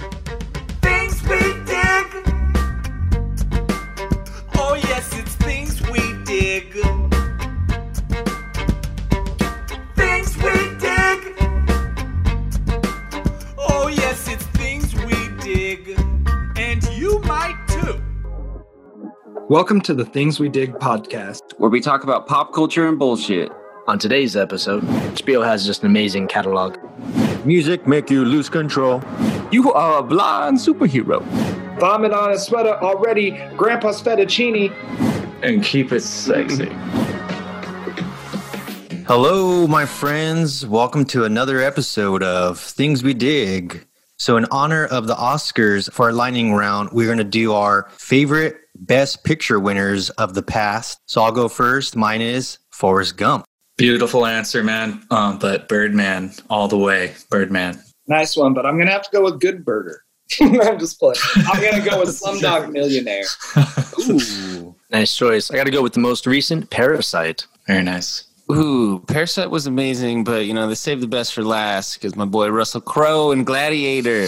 Oh, Oh, Welcome to the Things We Dig podcast. where we talk about pop culture and bullshit. On today's episode, HBO has just an amazing catalog. Music make you lose control. You are a blind superhero. Vomit on a sweater already. Grandpa's fettuccine. and keep it sexy. Hello, my friends. Welcome to another episode of Things We Dig. So, in honor of the Oscars for our lightning round, we're going to do our favorite best picture winners of the past. So, I'll go first. Mine is Forrest Gump. Beautiful answer, man. Um, but Birdman, all the way. Birdman. Nice one, but I'm gonna have to go with Good Burger. I'm just playing. I'm gonna go with Slumdog Millionaire. Ooh. Nice choice. I got to go with the most recent, Parasite. Very nice. Ooh, Parasite was amazing, but you know they saved the best for last because my boy Russell Crowe and Gladiator.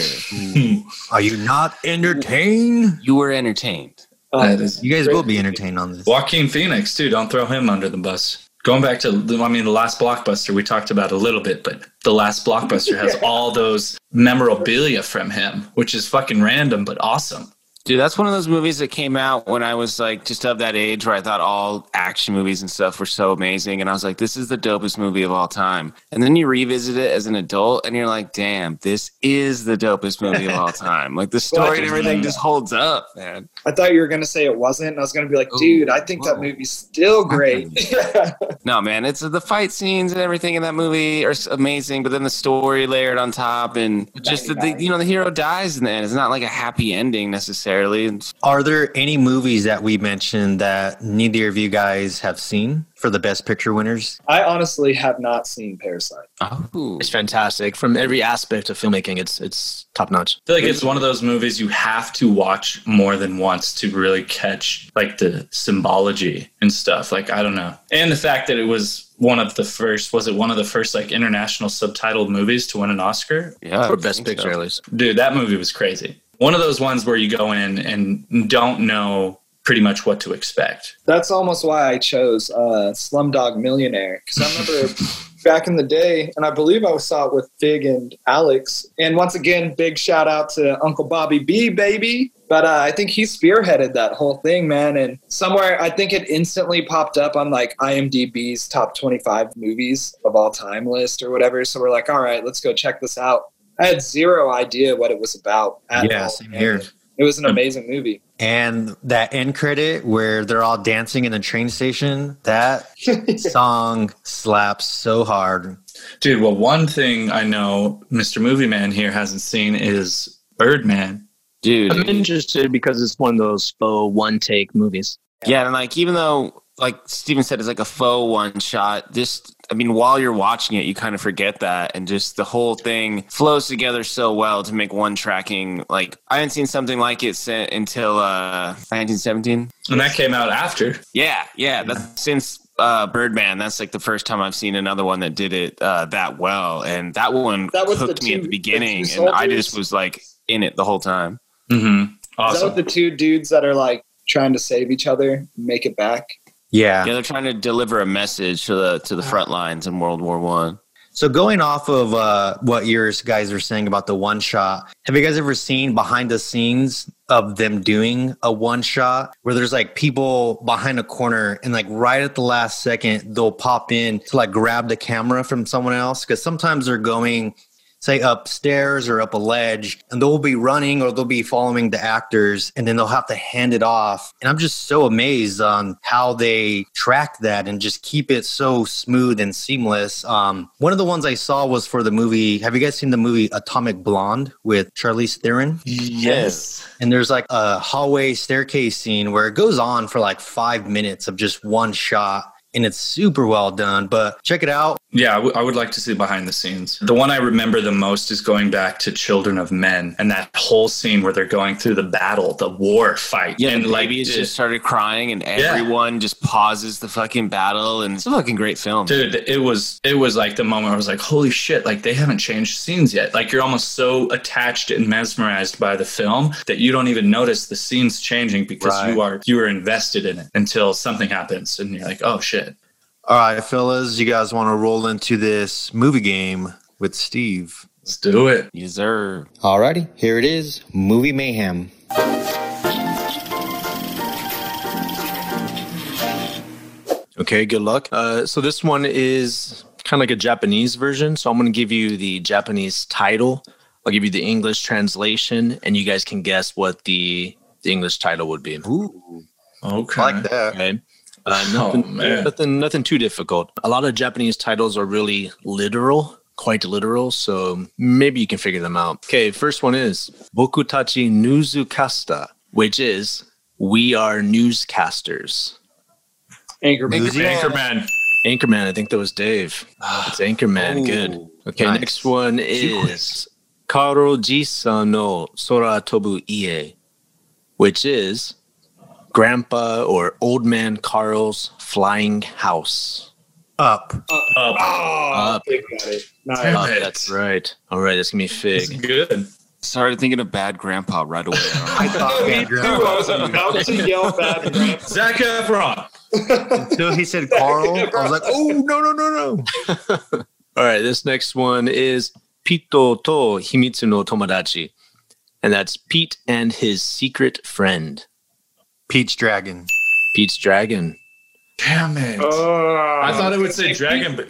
Are you not entertained? You were entertained. That is- You guys will be entertained on this. Joaquin Phoenix, too. Don't throw him under the bus. Going back to, the- I mean, the last blockbuster we talked about a little bit, but the last blockbuster has all those memorabilia from him, which is fucking random but awesome. Dude, that's one of those movies that came out when I was like just of that age where I thought all action movies and stuff were so amazing. And I was like, this is the dopest movie of all time. And then you revisit it as an adult and you're like, damn, this is the dopest movie of all time. Like the story and everything just holds up, man. I thought you were gonna say it wasn't, and I was gonna be like, Ooh, dude, I think that whoa. movie's still great. No, man, it's the fight scenes and everything in that movie are s- amazing, but then the story layered on top and just that the, you know the hero dies in the end. It's not like a happy ending necessarily. It's- Are there any movies that we mentioned that neither of you guys have seen for the best picture winners? I honestly have not seen Parasite. Oh, It's fantastic from every aspect of filmmaking. It's it's top notch. I feel like it's one of those movies you have to watch more than once to really catch like the symbology and stuff. Like I don't know, and the fact that it was one of the first was it one of the first like international subtitled movies to win an Oscar? yeah, I Or would best think so. picture, at least. Dude, that movie was crazy. One of those ones where you go in and don't know pretty much what to expect. That's almost why I chose uh, Slumdog Millionaire because I remember back in the day, and I believe I saw it with Fig and Alex. And once again, big shout out to Uncle Bobby B, baby. But uh, I think he spearheaded that whole thing, man. And somewhere, I think it instantly popped up on like IMDb's top 25 movies of all time list or whatever. So we're like, all right, let's go check this out. I had zero idea what it was about. At Yeah, all. same here. Hmm. It was an amazing movie. And that end credit where they're all dancing in the train station, that song slaps so hard. Dude, well, one thing I know Mr. Movie Man here hasn't seen is Birdman. dude. I'm interested because it's one of those faux one take movies. Yeah, and like even though like Steven said it's like a faux one shot, just I mean, while you're watching it, you kind of forget that and just the whole thing flows together so well to make one tracking like I haven't seen something like it since, until uh 1917. And that came out after. Yeah, yeah. That's since uh, Birdman. That's like the first time I've seen another one that did it uh, that well, and that one That was the hooked me two- at the the beginning, two and I soldiers? just was like in it the whole time. Mm-hmm. Is that Awesome. what the two dudes that are like trying to save each other and make it back? Yeah. Yeah, they're trying to deliver a message to the to the front lines in World War One. So going off of uh, what your guys were saying about the one shot, have you guys ever seen behind the scenes of them doing a one shot where there's like people behind a corner and like right at the last second they'll pop in to like grab the camera from someone else because sometimes they're going say upstairs or up a ledge and they'll be running or they'll be following the actors and then they'll have to hand it off and i'm just so amazed on how they track that and just keep it so smooth and seamless um, one of the ones i saw was for the movie have you guys seen the movie atomic blonde with charlize theron Yes. and there's like a hallway staircase scene where it goes on for like five minutes of just one shot and it's super well done but check it out Yeah, I, w- I would like to see behind the scenes. The one I remember the most is going back to Children of Men and that whole scene where they're going through the battle, the war fight. Yeah, and and the babies dude, just started crying, and everyone just pauses the fucking battle, and it's a fucking great film. dude, it was it was like the moment I was like, holy shit, like they haven't changed scenes yet. Like you're almost so attached and mesmerized by the film that you don't even notice the scenes changing because you are you are invested in it until something happens and you're like, oh shit. All right, fellas, you guys want to roll into this movie game with Steve? Let's do it. You deserve. Alrighty, here it is, movie mayhem. Okay, good luck. Uh, so this one is kind of like a Japanese version. So I'm going to give you the Japanese title. I'll give you the English translation, and you guys can guess what the the English title would be. Ooh, Okay. I like that. Okay. Uh, Oh, nothing, man. nothing, nothing too difficult. A lot of Japanese titles are really literal, quite literal. So maybe you can figure them out. Okay, first one is Boku Tachi Newscasta, which is we are newscasters. Anchorman. Anchorman. Anchorman. I think that was Dave. It's Anchorman. Good. Okay. nice. Next one is Karo Jisa no Sora Tobu Ie, which is Grandpa or Old Man Carl's flying house. Up. Up. Oh, Up. Fig got it. Nice. Damn Ah, it. that's right. All right, that's gonna be It's Fig. good. Started thinking of bad grandpa right away. I thought Me bad too. grandpa. I was about to yell bad grandpa. Zach Efron. Until he said Carl, I was like, oh, no, no, no, no. All right, this next one is Pito to Himitsu no Tomodachi, and that's Pete and his secret friend, Peach Dragon. Pete's dragon. Damn it. Oh. I thought it would say dragon, but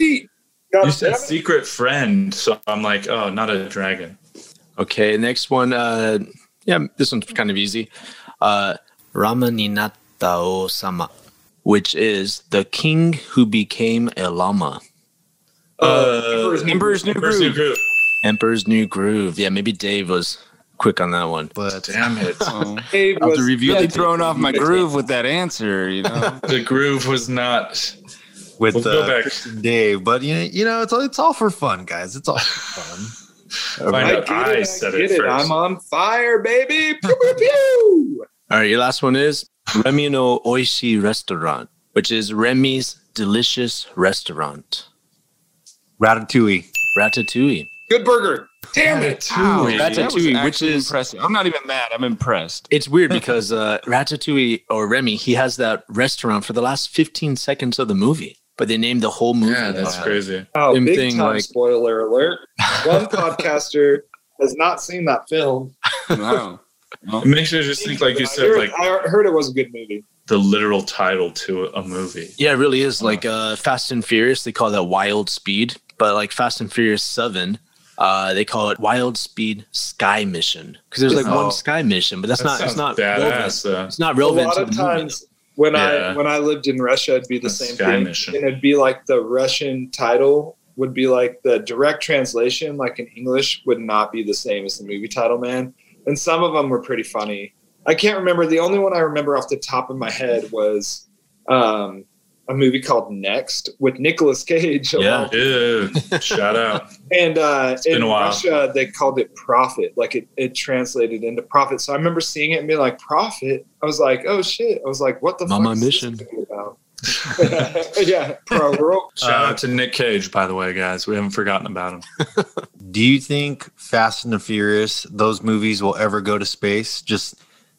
God you said damn it. secret friend, so I'm like, oh, not a dragon. Okay, next one. Uh, yeah, this one's kind of easy. Uh, Rama Ninata o Sama, which is the king who became a lama. Uh, Emperor's New Emperor's New Groove. Groove. Emperor's New Groove. Yeah, maybe Dave was quick on that one. But Damn it. Oh, Dave I was was- really thrown off my groove with that answer, you know? the groove was not. with We'll go uh, back. Christian Dave, but you know, you know, it's all it's all for fun, guys. It's all for fun. I, I, get it, I I said get it, it. first. I'm on fire, baby. Pew, pew, pew. All right, your last one is Remy no Oishi Restaurant, which is Remy's delicious restaurant. Ratatouille. Ratatouille. Good burger. Damn it. Wow, Ratatouille. that was Ratatouille, actually which is- impressive. I'm not even mad. I'm impressed. It's Hmm. weird because uh, Ratatouille or Remy, he has that restaurant for the last 15 seconds of the movie, but they named the whole movie. Yeah, that's after it. crazy. Oh, Same big thing, time like- spoiler alert. One podcaster has not seen that film. Wow. It makes you just think, like you I said, heard- like I heard it was a good movie. the literal title to a movie. Yeah, it really is. Like uh, Fast and Furious, they call that Wild Speed, but like Fast and Furious Seven, uh, they call it Wild Speed Sky Mission because there's like Oh. one Sky Mission, but that's That not it's sounds not relevant. badass. uh, though. It's not A relevant. lot to of the movie. times when I Yeah. when I lived in Russia, it'd be the The same Sky thing. Mission. And it'd be like the Russian title would be like the direct translation, like in English, would not be the same as the movie title, man. And some of them were pretty funny. I can't remember. The only one I remember off the top of my head was um, a movie called Next with Nicolas Cage. Yeah. Ew, shout out. And uh, been in a while. Russia, they called it profit. Like it, it translated into profit. So I remember seeing it and being like, profit? I was like, oh shit. I was like, what the fuck Mama is this Mission. thing about? yeah, pro world. Shout Uh, out to Nick Cage, by the way, guys. We haven't forgotten about him. Do you think Fast and the Furious, those movies will ever go to space? Just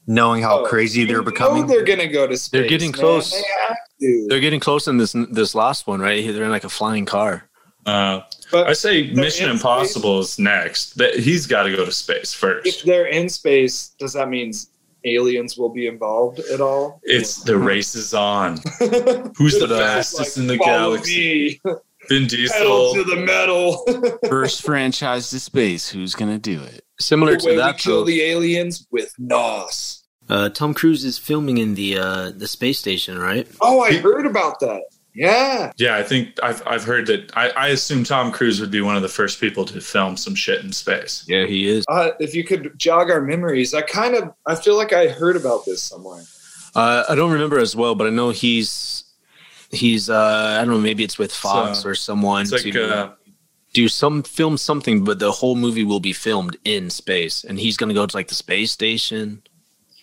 knowing how Oh, crazy You they're know becoming. they're gonna go to space. They're getting man. close. They have to. They're getting close in this this last one, right? They're in like a flying car. Uh, but I say Mission in space- Impossible is next. That he's got to go to space if first. they're in space, does that mean aliens will be involved at all? It's the race is on. who's Who's the fastest in the galaxy? Pedal to Vin Diesel. the metal. First franchise to space. Who's going to do it? Similar the to way we that, kill though, the aliens with nos. uh, Tom Cruise is filming in the uh, the space station, right? Oh, I heard about that. Yeah. Yeah, I think I've I've heard that. I, I assume Tom Cruise would be one of the first people to film some shit in space. Yeah, he is. Uh, if you could jog our memories, I kind of I feel like I heard about this somewhere. Uh, I don't remember as well, but I know he's he's uh, I don't know, maybe it's with Fox So, or someone It's like to uh, do some film something, but the whole movie will be filmed in space, and he's gonna go to like the space station.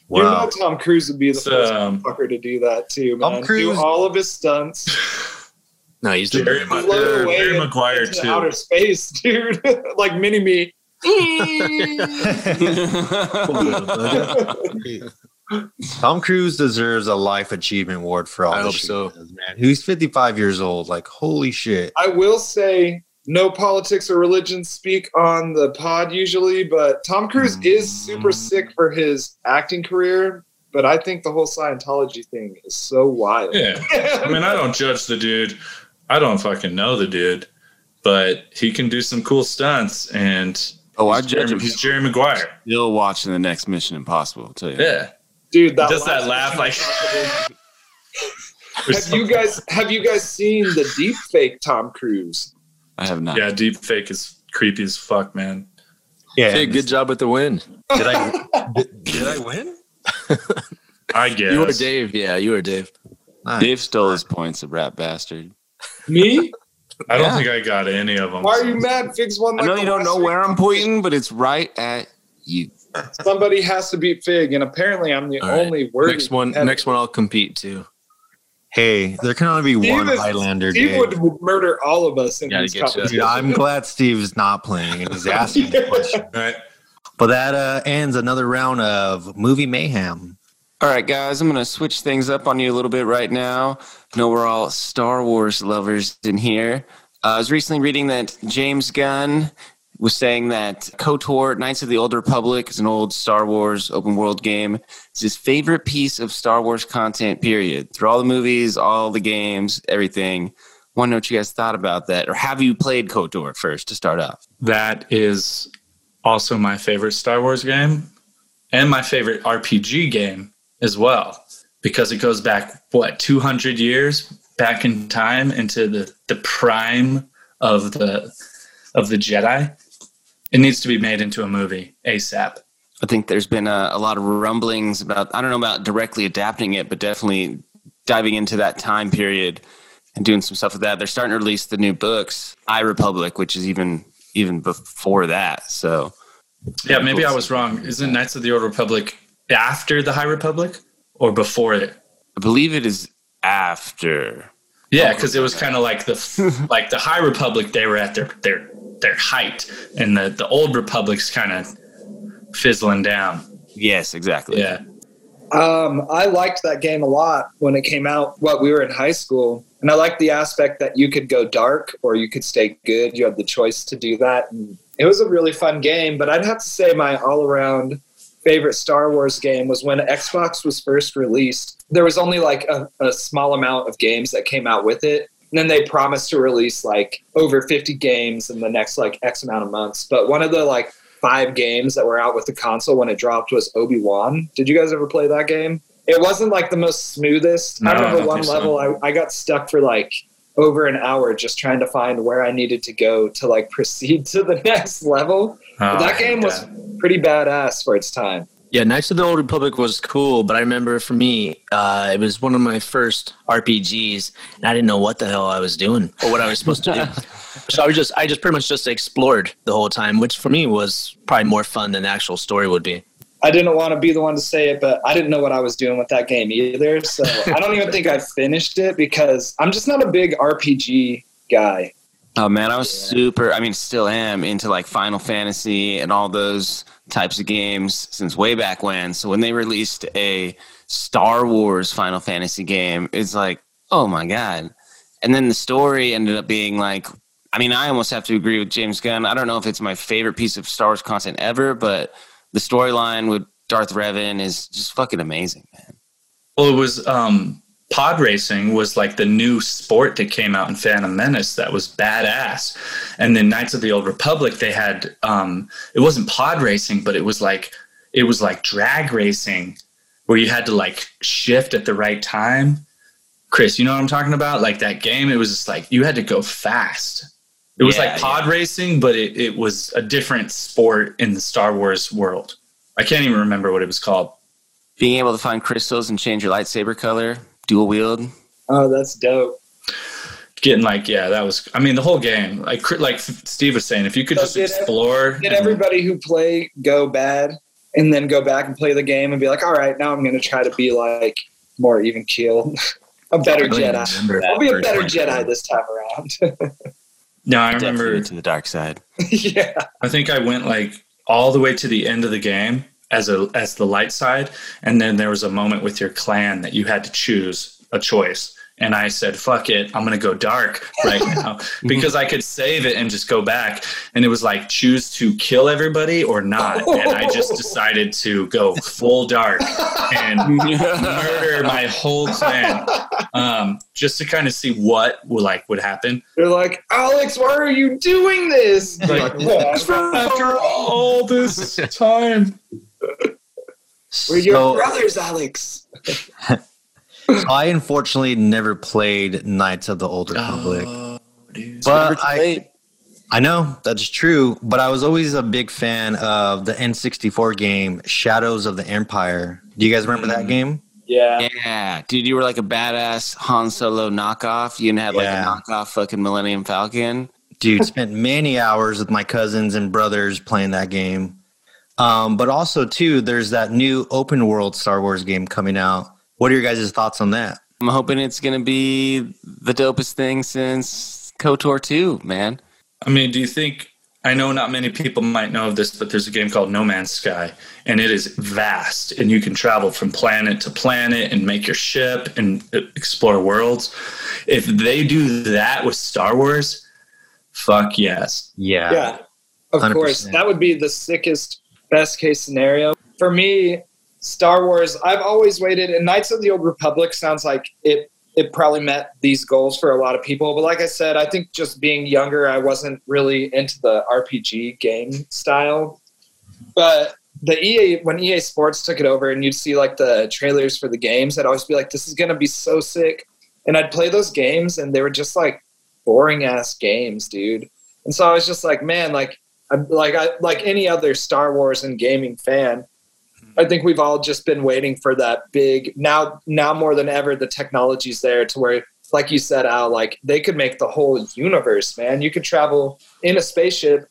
You wow. know, Tom Cruise would be the it's, first um, fucker to do that too, man. Tom do Cruise- all of his stunts, No, he's the Jerry, Ma- blow away Jerry into- Maguire into too. outer space, dude. like mini me. Tom Cruise deserves a life achievement award for all I this hope shit so. he does, man. Who's 55 years old? Like, holy shit. I will say no politics or religion speak on Mm. the pod usually, but Tom Cruise is super sick for his acting career. but I think the whole Scientology thing is so wild. Yeah. I mean, I don't judge the dude. I don't fucking know the dude, but he can do some cool stunts and Oh, I he's, judge him. Jerry, he's Jerry Maguire. Still watching the next Mission Impossible. I'll tell you. that. Yeah. Dude, that Does that last- laugh like- have you guys have you guys seen the deep fake Tom Cruise? I have not. Yeah, deep fake is creepy as fuck, man. Yeah. Hey, good job with the win. Did I did, did I win? I guess. You were Dave. Yeah, you were Dave. Nice. Dave stole his points, a rat bastard. Me? I don't Yeah. think I got any of them. Why are you mad? Fig's one. I know you don't know where I'm pointing, but it's right at you. Somebody has to beat Fig, and apparently I'm the All right. only word. next one. Next one, I'll compete too. Hey, there can only be Steve one is- Highlander, He Dave. would murder all of us in Yeah, these he gets you. Dude, competitions. I'm glad Steve's not playing and he's asking the question. All right. But that uh, ends another round of movie mayhem. All right, guys, I'm going to switch things up on you a little bit right now. I know we're all Star Wars lovers in here. Uh, I was recently reading that James Gunn was saying that KOTOR, Knights of the Old Republic, is an old Star Wars open world game. It's his favorite piece of Star Wars content, period. Through all the movies, all the games, everything. Want to know what you guys thought about that, or have you played KOTOR first to start off? That is also my favorite Star Wars game and my favorite RPG game as well because it goes back, what, 200 years back in time into the, the prime of the of the Jedi. It needs to be made into a movie ASAP. I think there's been a, a lot of rumblings about, I don't know about directly adapting it, but definitely diving into that time period and doing some stuff with that. They're starting to release the new books, I Republic, which is even even before that. So Yeah, maybe I was wrong. Isn't Knights of the Old Republic after the High Republic or before it? I believe it is after. Yeah, because it was kind of like the like the High Republic. They were at their their their height, and the the Old Republic's kind of fizzling down. Yes, exactly. Yeah, Um, I liked that game a lot when it came out. What we were in high school, and I liked the aspect that you could go dark or you could stay good. You had the choice to do that. And it was a really fun game. But I'd have to say my all-around favorite Star Wars game was when Xbox was first released. There was only like a, a small amount of games that came out with it. And then they promised to release like over 50 games in the next like X amount of months. But one of the like five games that were out with the console when it dropped was Obi Wan. Did you guys ever play that game? It wasn't like the most smoothest. No, I I remember don't one think so. level I, I got stuck for like over an hour just trying to find where I needed to go to like proceed to the next level. Oh, But I that hate game was that. pretty badass for its time. Yeah, Knights of the Old Republic was cool, but I remember for me, uh, it was one of my first RPGs, and I didn't know what the hell I was doing or what I was supposed to do. So I was just, I just pretty much just explored the whole time, which for me was probably more fun than the actual story would be. I didn't want to be the one to say it, but I didn't know what I was doing with that game either. So I don't even think I finished it because I'm just not a big RPG guy. Oh man, I was super. I mean, still am into like Final Fantasy and all those types of games since way back when. So when they released a Star Wars Final Fantasy game, it's like, oh my god! And then the story ended up being like, I mean, I almost have to agree with James Gunn. I don't know if it's my favorite piece of Star Wars content ever, but the storyline with Darth Revan is just fucking amazing, man. well, it was um, pod racing was like the new sport that came out in Phantom Menace that was badass, and then Knights of the Old Republic they had um, it wasn't pod racing, but it was like it was like drag racing where you had to like shift at the right time. Chris, you know what I'm talking about? Like that game, it was just like you had to go fast. It was Yeah, like pod racing, but it, it was a different sport in the Star Wars world. I can't even remember what it was called. Being able to find crystals and change your lightsaber color, dual wield. Oh, that's dope. Getting like, yeah, that was. I mean, the whole game. Like, Cri- like Steve was saying, if you could So just did- explore. Did and- everybody who play go bad and then go back and play the game and be like, all right, now I'm going to try to be like more even keel, a better don't even Jedi. remember I'll be a first better one. Jedi this time around. no, I remember. to the dark side. yeah. I think I went like all the way to the end of the game as a as the light side, and then there was a moment with your clan that you had to choose a choice, and I said, fuck it, I'm gonna go dark right now Mm-hmm. because I could save it and just go back. And it was like choose to kill everybody or not. And I just decided to go full dark and murder my whole clan. Um, just to kind of see what would like would happen. They're like, Alex, why are you doing this? Like, after all this time. We're your So- brothers, Alex. So I unfortunately never played Knights of the Old Republic, dude. but I, I know that's true. But I was always a big fan of the N64 game Shadows of the Empire. Do you guys remember that game? Yeah. Yeah, dude, you were like a badass Han Solo knockoff. You didn't have Yeah. like a knockoff fucking Millennium Falcon. Dude, spent many hours with my cousins and brothers playing that game. Um, but also too, there's that new open world Star Wars game coming out. What are your guys' thoughts on that? I'm hoping it's gonna be the dopest thing since KOTOR 2, man. I mean, do you think? I know not many people might know of this, but there's a game called No Man's Sky, and it is vast, and you can travel from planet to planet and make your ship and uh, explore worlds. If they do that with Star Wars, fuck yes. Yeah. Yeah. Of 100%. course. That would be the sickest best case scenario. For me, Star Wars, I've always waited and Knights of the Old Republic sounds like it it probably met these goals for a lot of people. But like I said, I think just being younger, I wasn't really into the RPG game style. But the EA when EA Sports took it over and you'd see like the trailers for the games, I'd always be like, This is gonna be so sick. And I'd play those games and they were just like boring ass games, dude. And so I was just like, man, like I'm like I like any other Star Wars and gaming fan, Hmm. I think we've all just been waiting for that big now now more than ever the technology's there to where like you said Al like they could make the whole universe, man. You could travel in a spaceship,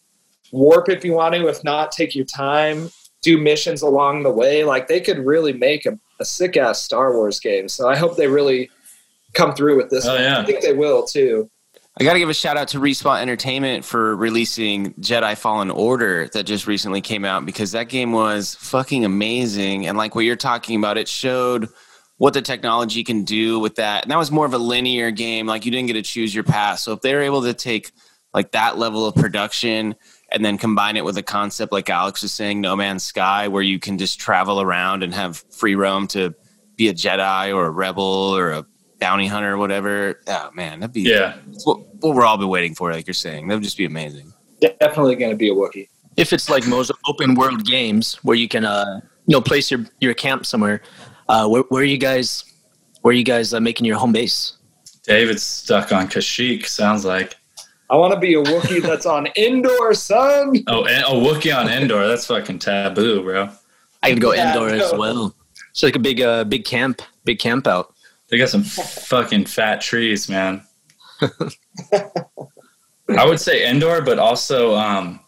warp if you want to, if not take your time, do missions along the way. Like they could really make a, a sick ass Star Wars game. So I hope they really come through with this. Oh, one. yeah. I think they will too. I gotta give a shout out to Respawn Entertainment for releasing Jedi Fallen Order that just recently came out because that game was fucking amazing. And like what you're talking about, it showed what the technology can do with that. And that was more of a linear game. Like you didn't get to choose your path. So if they were able to take like that level of production and then combine it with a concept like Alex was saying, No Man's Sky, where you can just travel around and have free roam to be a Jedi or a rebel or a bounty hunter or whatever. Oh man, that'd be Yeah. it's what, what we're all been waiting for, like you're saying. That would just be amazing. Definitely gonna be a Wookiee. If it's like most open world games where you can, uh, you know, place your your camp somewhere, uh, where, where are you guys? Where are you guys uh, making your home base? David's stuck on Kashyyyk, sounds like. I want to be a Wookiee that's on indoor sun. Oh, and, oh, Wookiee on Endor. That's fucking taboo, bro. I could go Yeah, indoor I as know. well. It's like a big, uh, big camp, big camp out. They got some fucking fat trees, man. I would say Endor, but also um,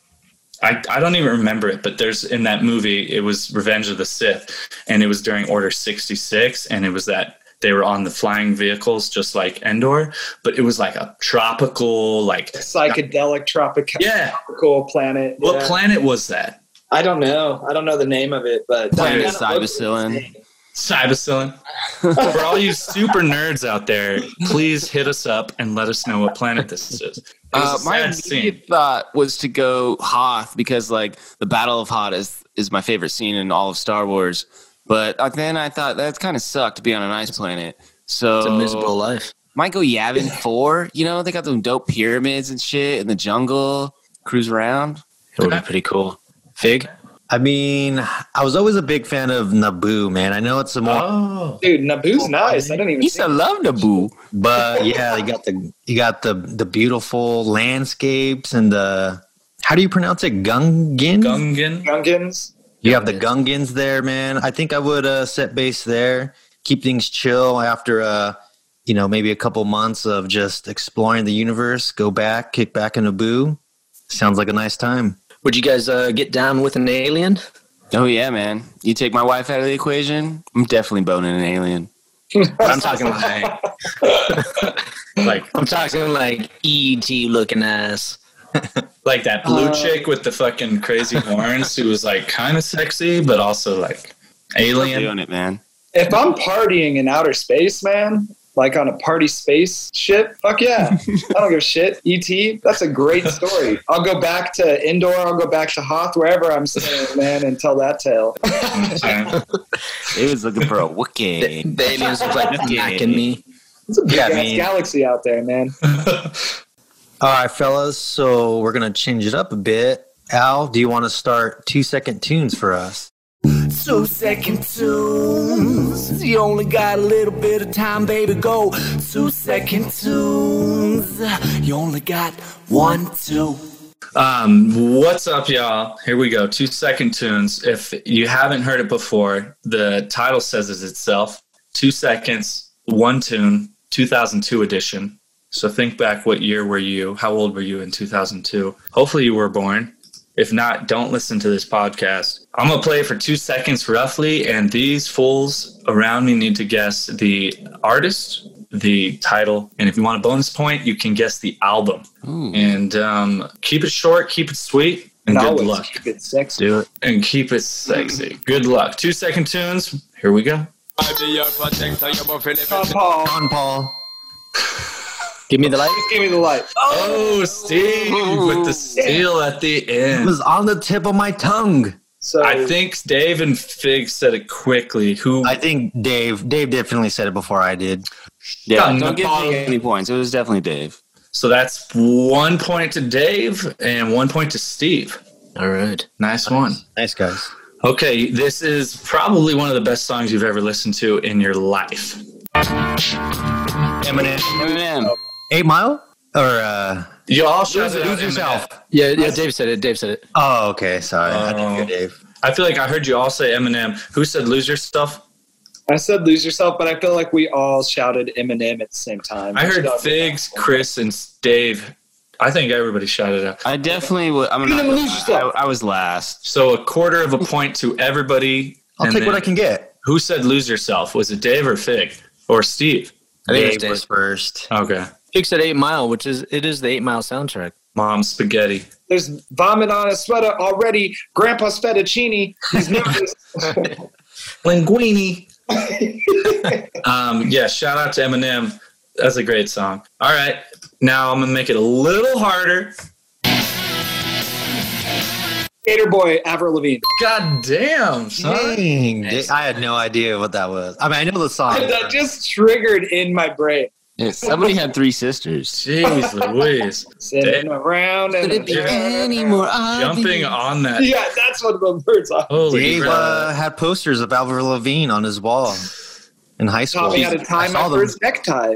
I I don't even remember it, but there's in that movie it was Revenge of the Sith, and it was during Order sixty six, and it was that they were on the flying vehicles just like Endor, but it was like a tropical like Psychedelic tropical yeah. tropical planet. What Yeah. planet was that? I don't know. I don't know the name of it, but Planet That kinda looks Cybacillin. the same. Cybacillin. For all you super nerds out there, please hit us up and let us know what planet this is. It Uh, was a my sad immediate scene. thought was to go Hoth because like the Battle of Hoth is is my favorite scene in all of Star Wars. But uh, then I thought that kind of sucked to be on an ice planet. So It's Oh. a miserable life. might go Yavin Four. You know they got them dope pyramids and shit in the jungle. Cruise around. It would be pretty cool. Fig. I mean, I was always a big fan of Naboo, man. I know it's a more Oh, Dude, Naboo's nice. I didn't even. He used He's to love Naboo. But yeah, you got the you got the the beautiful landscapes and the how do you pronounce it? Gungans. Gungan. Gungans. you have the Gungans there, man. I think I would uh, set base there, keep things chill after uh you know maybe a couple months of just exploring the universe. Go back, kick back in Naboo. Sounds like a nice time. Would you guys uh, get down with an alien? Oh yeah, man. You take my wife out of the equation. I'm definitely boning an alien. I'm talking like Like I'm talking like ET looking ass. like that blue Uh, chick with the fucking crazy horns who was like kind of sexy but also like We're alien doing it, man. If I'm partying in outer space, man, like on a party space ship, fuck yeah. I don't give a shit. E.T., that's a great story. I'll go back to Indoor, I'll go back to Hoth, wherever I'm staying, man, and tell that tale. Yeah. He was looking for a Wookiee. The aliens was like knocking me. It's a big Yeah, I ass mean- galaxy out there, man. All right, fellas. So we're gonna change it up a bit. Al, do you want to start two second tunes for us? Two second tunes. You only got a little bit of time, baby. Go. Two second tunes. You only got one, two. Um, what's up, y'all? Here we go. Two second tunes. If you haven't heard it before, the title says it itself. Two seconds, one tune, 2002 edition. So think back. What year were you? How old were you in 2002? Hopefully, you were born. If not, don't listen to this podcast. I'm gonna play for two seconds roughly, and these fools around me need to guess the artist, the title, and if you want a bonus point, you can guess the album. And um, keep it short, keep it sweet, And and good always luck. keep it sexy. Do it. And keep it sexy. Good luck. Two second tunes. Here we go. Sean Paul, John Paul. Give me the light. Uh, just give me the light. Oh, Steve with the steal at the It end. was on the tip of my tongue. So I think Dave and Fig said it quickly. Who? I think Dave. Dave definitely said it before I did. Yeah, Done. don't give me any points. It was definitely Dave. So that's one point to Dave and one point to Steve. All right. Nice one. Nice guys. Okay, this is probably one of the best songs you've ever listened to in your life. Eminem. Oh, Eminem. Eight Mile or uh, You all should Lose Yourself. Yeah, yeah. Dave said it. Dave said it. Oh, okay. Sorry, I didn't hear Oh. Dave. I feel like I heard you all say Eminem. Who said lose yourself? I said lose yourself, but I feel like we all shouted Eminem at the same time. I heard Shouted- Figs, Chris, and Dave. I think everybody shouted out. I definitely would. I'm You're not, gonna lose I, yourself. I was last. So a quarter of a point to everybody. I'll and take what then I can get. Who said lose yourself? Was it Dave or Fig or Steve? I think it was Dave Dave. was first. Okay, Fix at Eight Mile, which is it is the Eight Mile soundtrack. mom spaghetti. There's vomit on his sweater already. Grandpa's fettuccine. He's nervous. Linguini. um, yeah, shout out to Eminem. That's a great song. All right, now I'm gonna make it a little harder. Gator boy, Avril Lavigne. God damn, son. Dang, Dave- I had no idea what that was. I mean, I know the song. That just triggered in my brain. Yeah, somebody had three sisters. Jeez Louise. Sitting around and Jumping on that. Yeah, that's what the birds are. Holy Dave uh, crap. had posters of Alvaro Levine on his wall in high school. Taught me how to tie I saw my them. first necktie.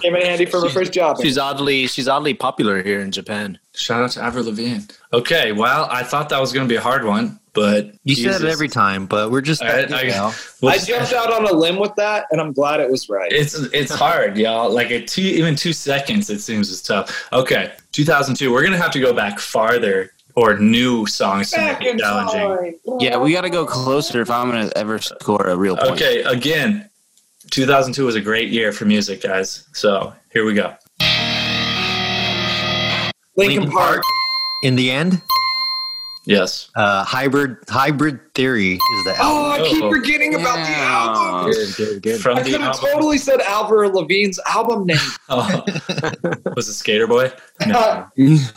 Came in handy for my first job. She's oddly she's oddly popular here in Japan. Shout out to Avril Lavigne. Okay, well, I thought that was gonna be a hard one, but You said it Jesus. every time, but we're just. All right, I- We'll I just- jumped out on a limb with that, and I'm glad it was right. It's it's hard, y'all. Like a two, even two seconds, it seems is tough. Okay, 2002. We're gonna have to go back farther or new songs to Back make it in challenging. time. Yeah, we got to go closer if I'm going to ever score a real point. Okay, again, 2002 was a great year for music, guys. So here we go. Lincoln Park. In the end, Yes. uh, hybrid hybrid theory is the album. Oh, I keep Oh. forgetting about the Yeah. album. From I the could have album. totally said Alvaro Levine's album name. Oh. was it Skater Boy? No.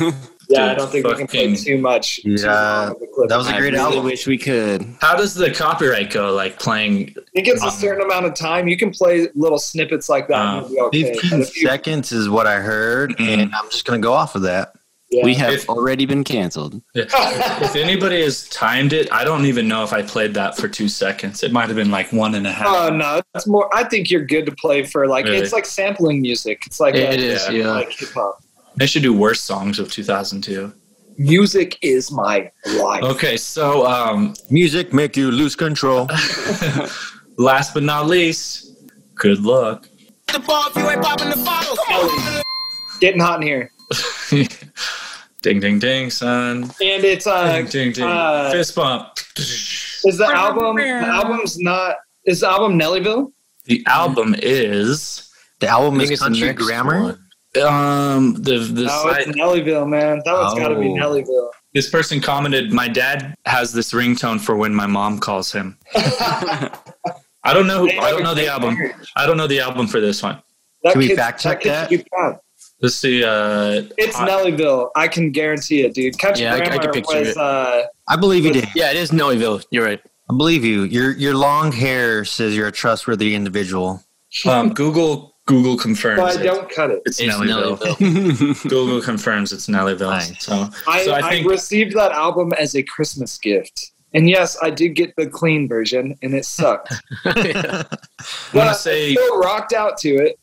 Uh, Yeah, I don't think we can play Fucking- too much. too Yeah, long of a clip. that was a I great really album. wish we could. How does the copyright go? Like playing? it gets a um, certain amount of time. You can play little snippets like that. and uh, it'll be okay. But Fifteen if you- seconds is what I heard, Mhm. and I'm just gonna go off of that. yeah. We have If- already been canceled. if anybody has timed it, I don't even know if I played that for two seconds. It might have been like one and a half. Oh no, it's more. I think you're good to play for like Really? it's like sampling music. It's like It uh, is, yeah. like hip hop. They should do worse songs of 2002. Music is my life. Okay, so um, Music make you lose control. last but not least, good luck. Getting hot in here, ding, ding, ding, son. and it's uh, Ding, ding, ding. uh, Fist bump. is the album? The album's not. Is the album Nellyville? The album is The album I think is it's the country next grammar. one. um the the No, site- it's Nellyville, man. That one's got to be Oh. Nellyville. this person commented. My dad has this ringtone for when my mom calls him. I don't know. They I have a don't know the great album. marriage. I don't know the album for this one. That Can we kid's- fact check kid's that? deep down. Let's see. Uh, It's I- Nellyville. I can guarantee it, dude. Catch Yeah, I- I Grammar can picture was it. uh, I believe you, Dan. Yeah, it is Noyville. You're right. I believe you. Your your long hair says you're a trustworthy individual. um, Google Google confirms. but it. don't cut it. It's, It's Nellyville. Nellyville. Google confirms it's Nellyville. Nice. So I, So I I, think- received that album as a Christmas gift. And yes, I did get the clean version, and it sucked. I want I to say still rocked out to it.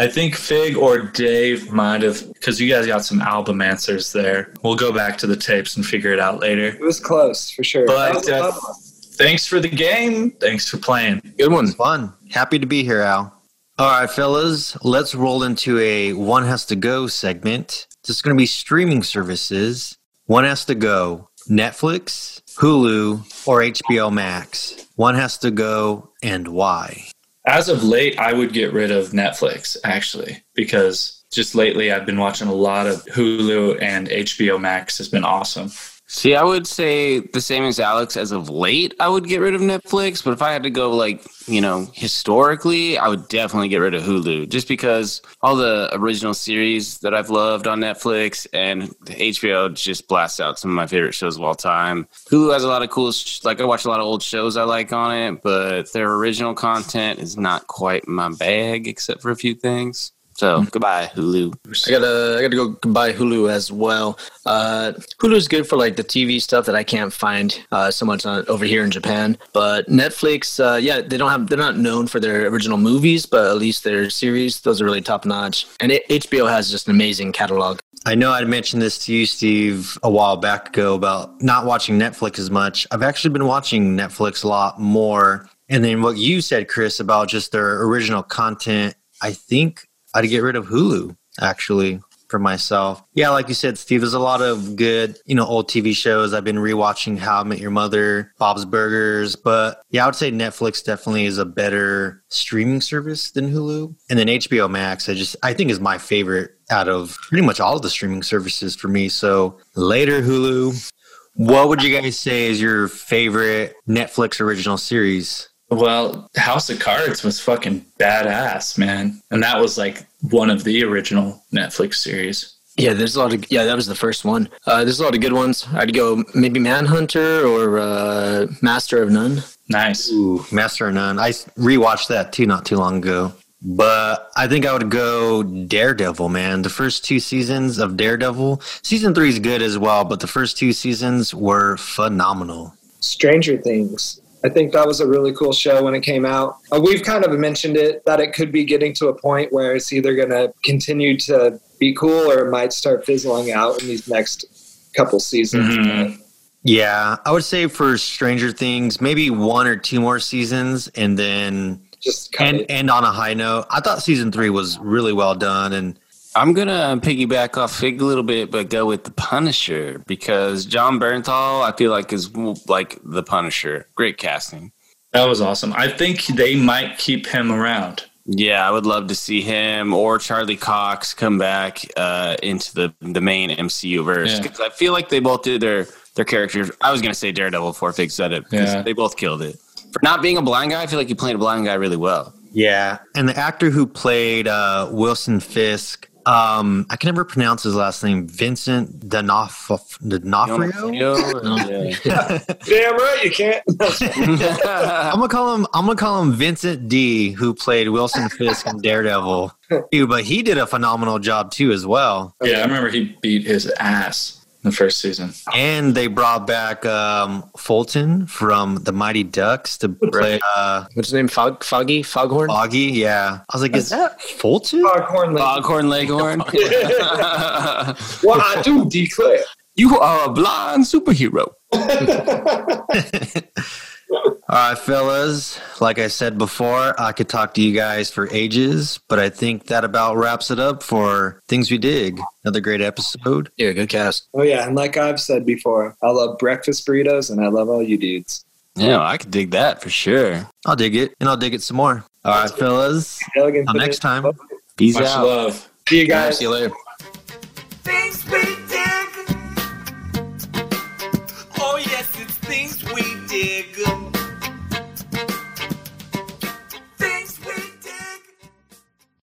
I think Fig or Dave might have because you guys got some album answers there. We'll go back to the tapes and figure it out later. It was close for sure. That was But a uh, tough one. thanks for the game. Thanks for playing. Good one. It's fun. Happy to be here, Al. All right, fellas, let's roll into a One Has to Go segment. This is going to be streaming services. One Has to Go, Netflix, Hulu, or HBO Max. One Has to Go and why? As of late, I would get rid of Netflix actually because just lately I've been watching a lot of Hulu and HBO Max has been awesome. See, I would say the same as Alex. As of late, I would get rid of Netflix, but if I had to go like you know historically, I would definitely get rid of Hulu, just because all the original series that I've loved on Netflix and HBO just blasts out some of my favorite shows of all time. Hulu has a lot of cool, sh- like I watch a lot of old shows I like on it, but their original content is not quite my bag, except for a few things. So goodbye, Hulu. I gotta, I gotta go buy Hulu as well. Uh, Hulu's good for like the TV stuff that I can't find uh, so much on, over here in Japan. But Netflix, uh, yeah, they don't have, they're not known for their original movies, but at least their series, those are really top notch. And it, HBO has just an amazing catalog. I know I'd mentioned this to you, Steve, a while back ago about not watching Netflix as much. I've actually been watching Netflix a lot more. And then what you said, Chris, about just their original content, I think I'd get rid of Hulu actually for myself. Yeah, like you said, Steve, there's a lot of good, you know, old TV shows. I've been rewatching How I Met Your Mother, Bob's Burgers, but yeah, I would say Netflix definitely is a better streaming service than Hulu. And then HBO Max, I just I think is my favorite out of pretty much all of the streaming services for me. So later Hulu. What would you guys say is your favorite Netflix original series? Well, House of Cards was fucking badass, man, and that was like one of the original Netflix series. Yeah, there's a lot of, yeah, that was the first one. Uh, there's a lot of good ones. I'd go maybe Manhunter or uh, Master of None. Nice. Ooh, Master of None. I s- rewatched that too not too long ago. But I think I would go Daredevil, man. The first two seasons of Daredevil, season three is good as well, but the first two seasons were phenomenal. Stranger Things. I think that was a really cool show when it came out. Uh, we've kind of mentioned it that it could be getting to a point where it's either going to continue to be cool or it might start fizzling out in these next couple seasons. Mm-hmm. Uh, Mhm. Yeah, I would say for Stranger Things, maybe one or two more seasons, and then Just kind and of and on a high note. I thought season three was really well done, and I'm gonna piggyback off Fig a little bit, but go with the Punisher because John Bernthal, I feel like is w- like the Punisher. Great casting. That was awesome. I think they might keep him around. Yeah, I would love to see him or Charlie Cox come back uh, into the the main MCU verse Yeah. 'Cause I feel like they both did their their characters. I was gonna say Daredevil before Fig said it because Yeah. they both killed it. For not being a blind guy, I feel like he played a blind guy really well. Yeah, and the actor who played uh, Wilson Fisk, um, I can never pronounce his last name. Vincent D'Onof- D'Onofrio. damn right you can't. I'm gonna call him. I'm gonna call him Vincent D, who played Wilson Fisk in Daredevil. Dude, but he did a phenomenal job too, as well. Yeah, I remember he beat his ass in the first season. And they brought back um, Fulton from the Mighty Ducks to play uh, What's his name? Fog, Foggy? Foghorn? Foggy. Yeah, I was like, is that Fulton? Foghorn Leghorn. Foghorn Leghorn. Well, I do declare. You are a blind superhero. All right, fellas. Like I said before, I could talk to you guys for ages, but I think that about wraps it up for Things We Dig. Another great episode. Yeah, good cast. Oh yeah, and like I've said before, I love breakfast burritos and I love all you dudes. yeah, I could dig that for sure. I'll dig it, and I'll dig it some more. All right, fellas. Elegant Till next time. Peace Much out. love. See you guys. See you later. Things we dig. Oh yes, it's things we dig.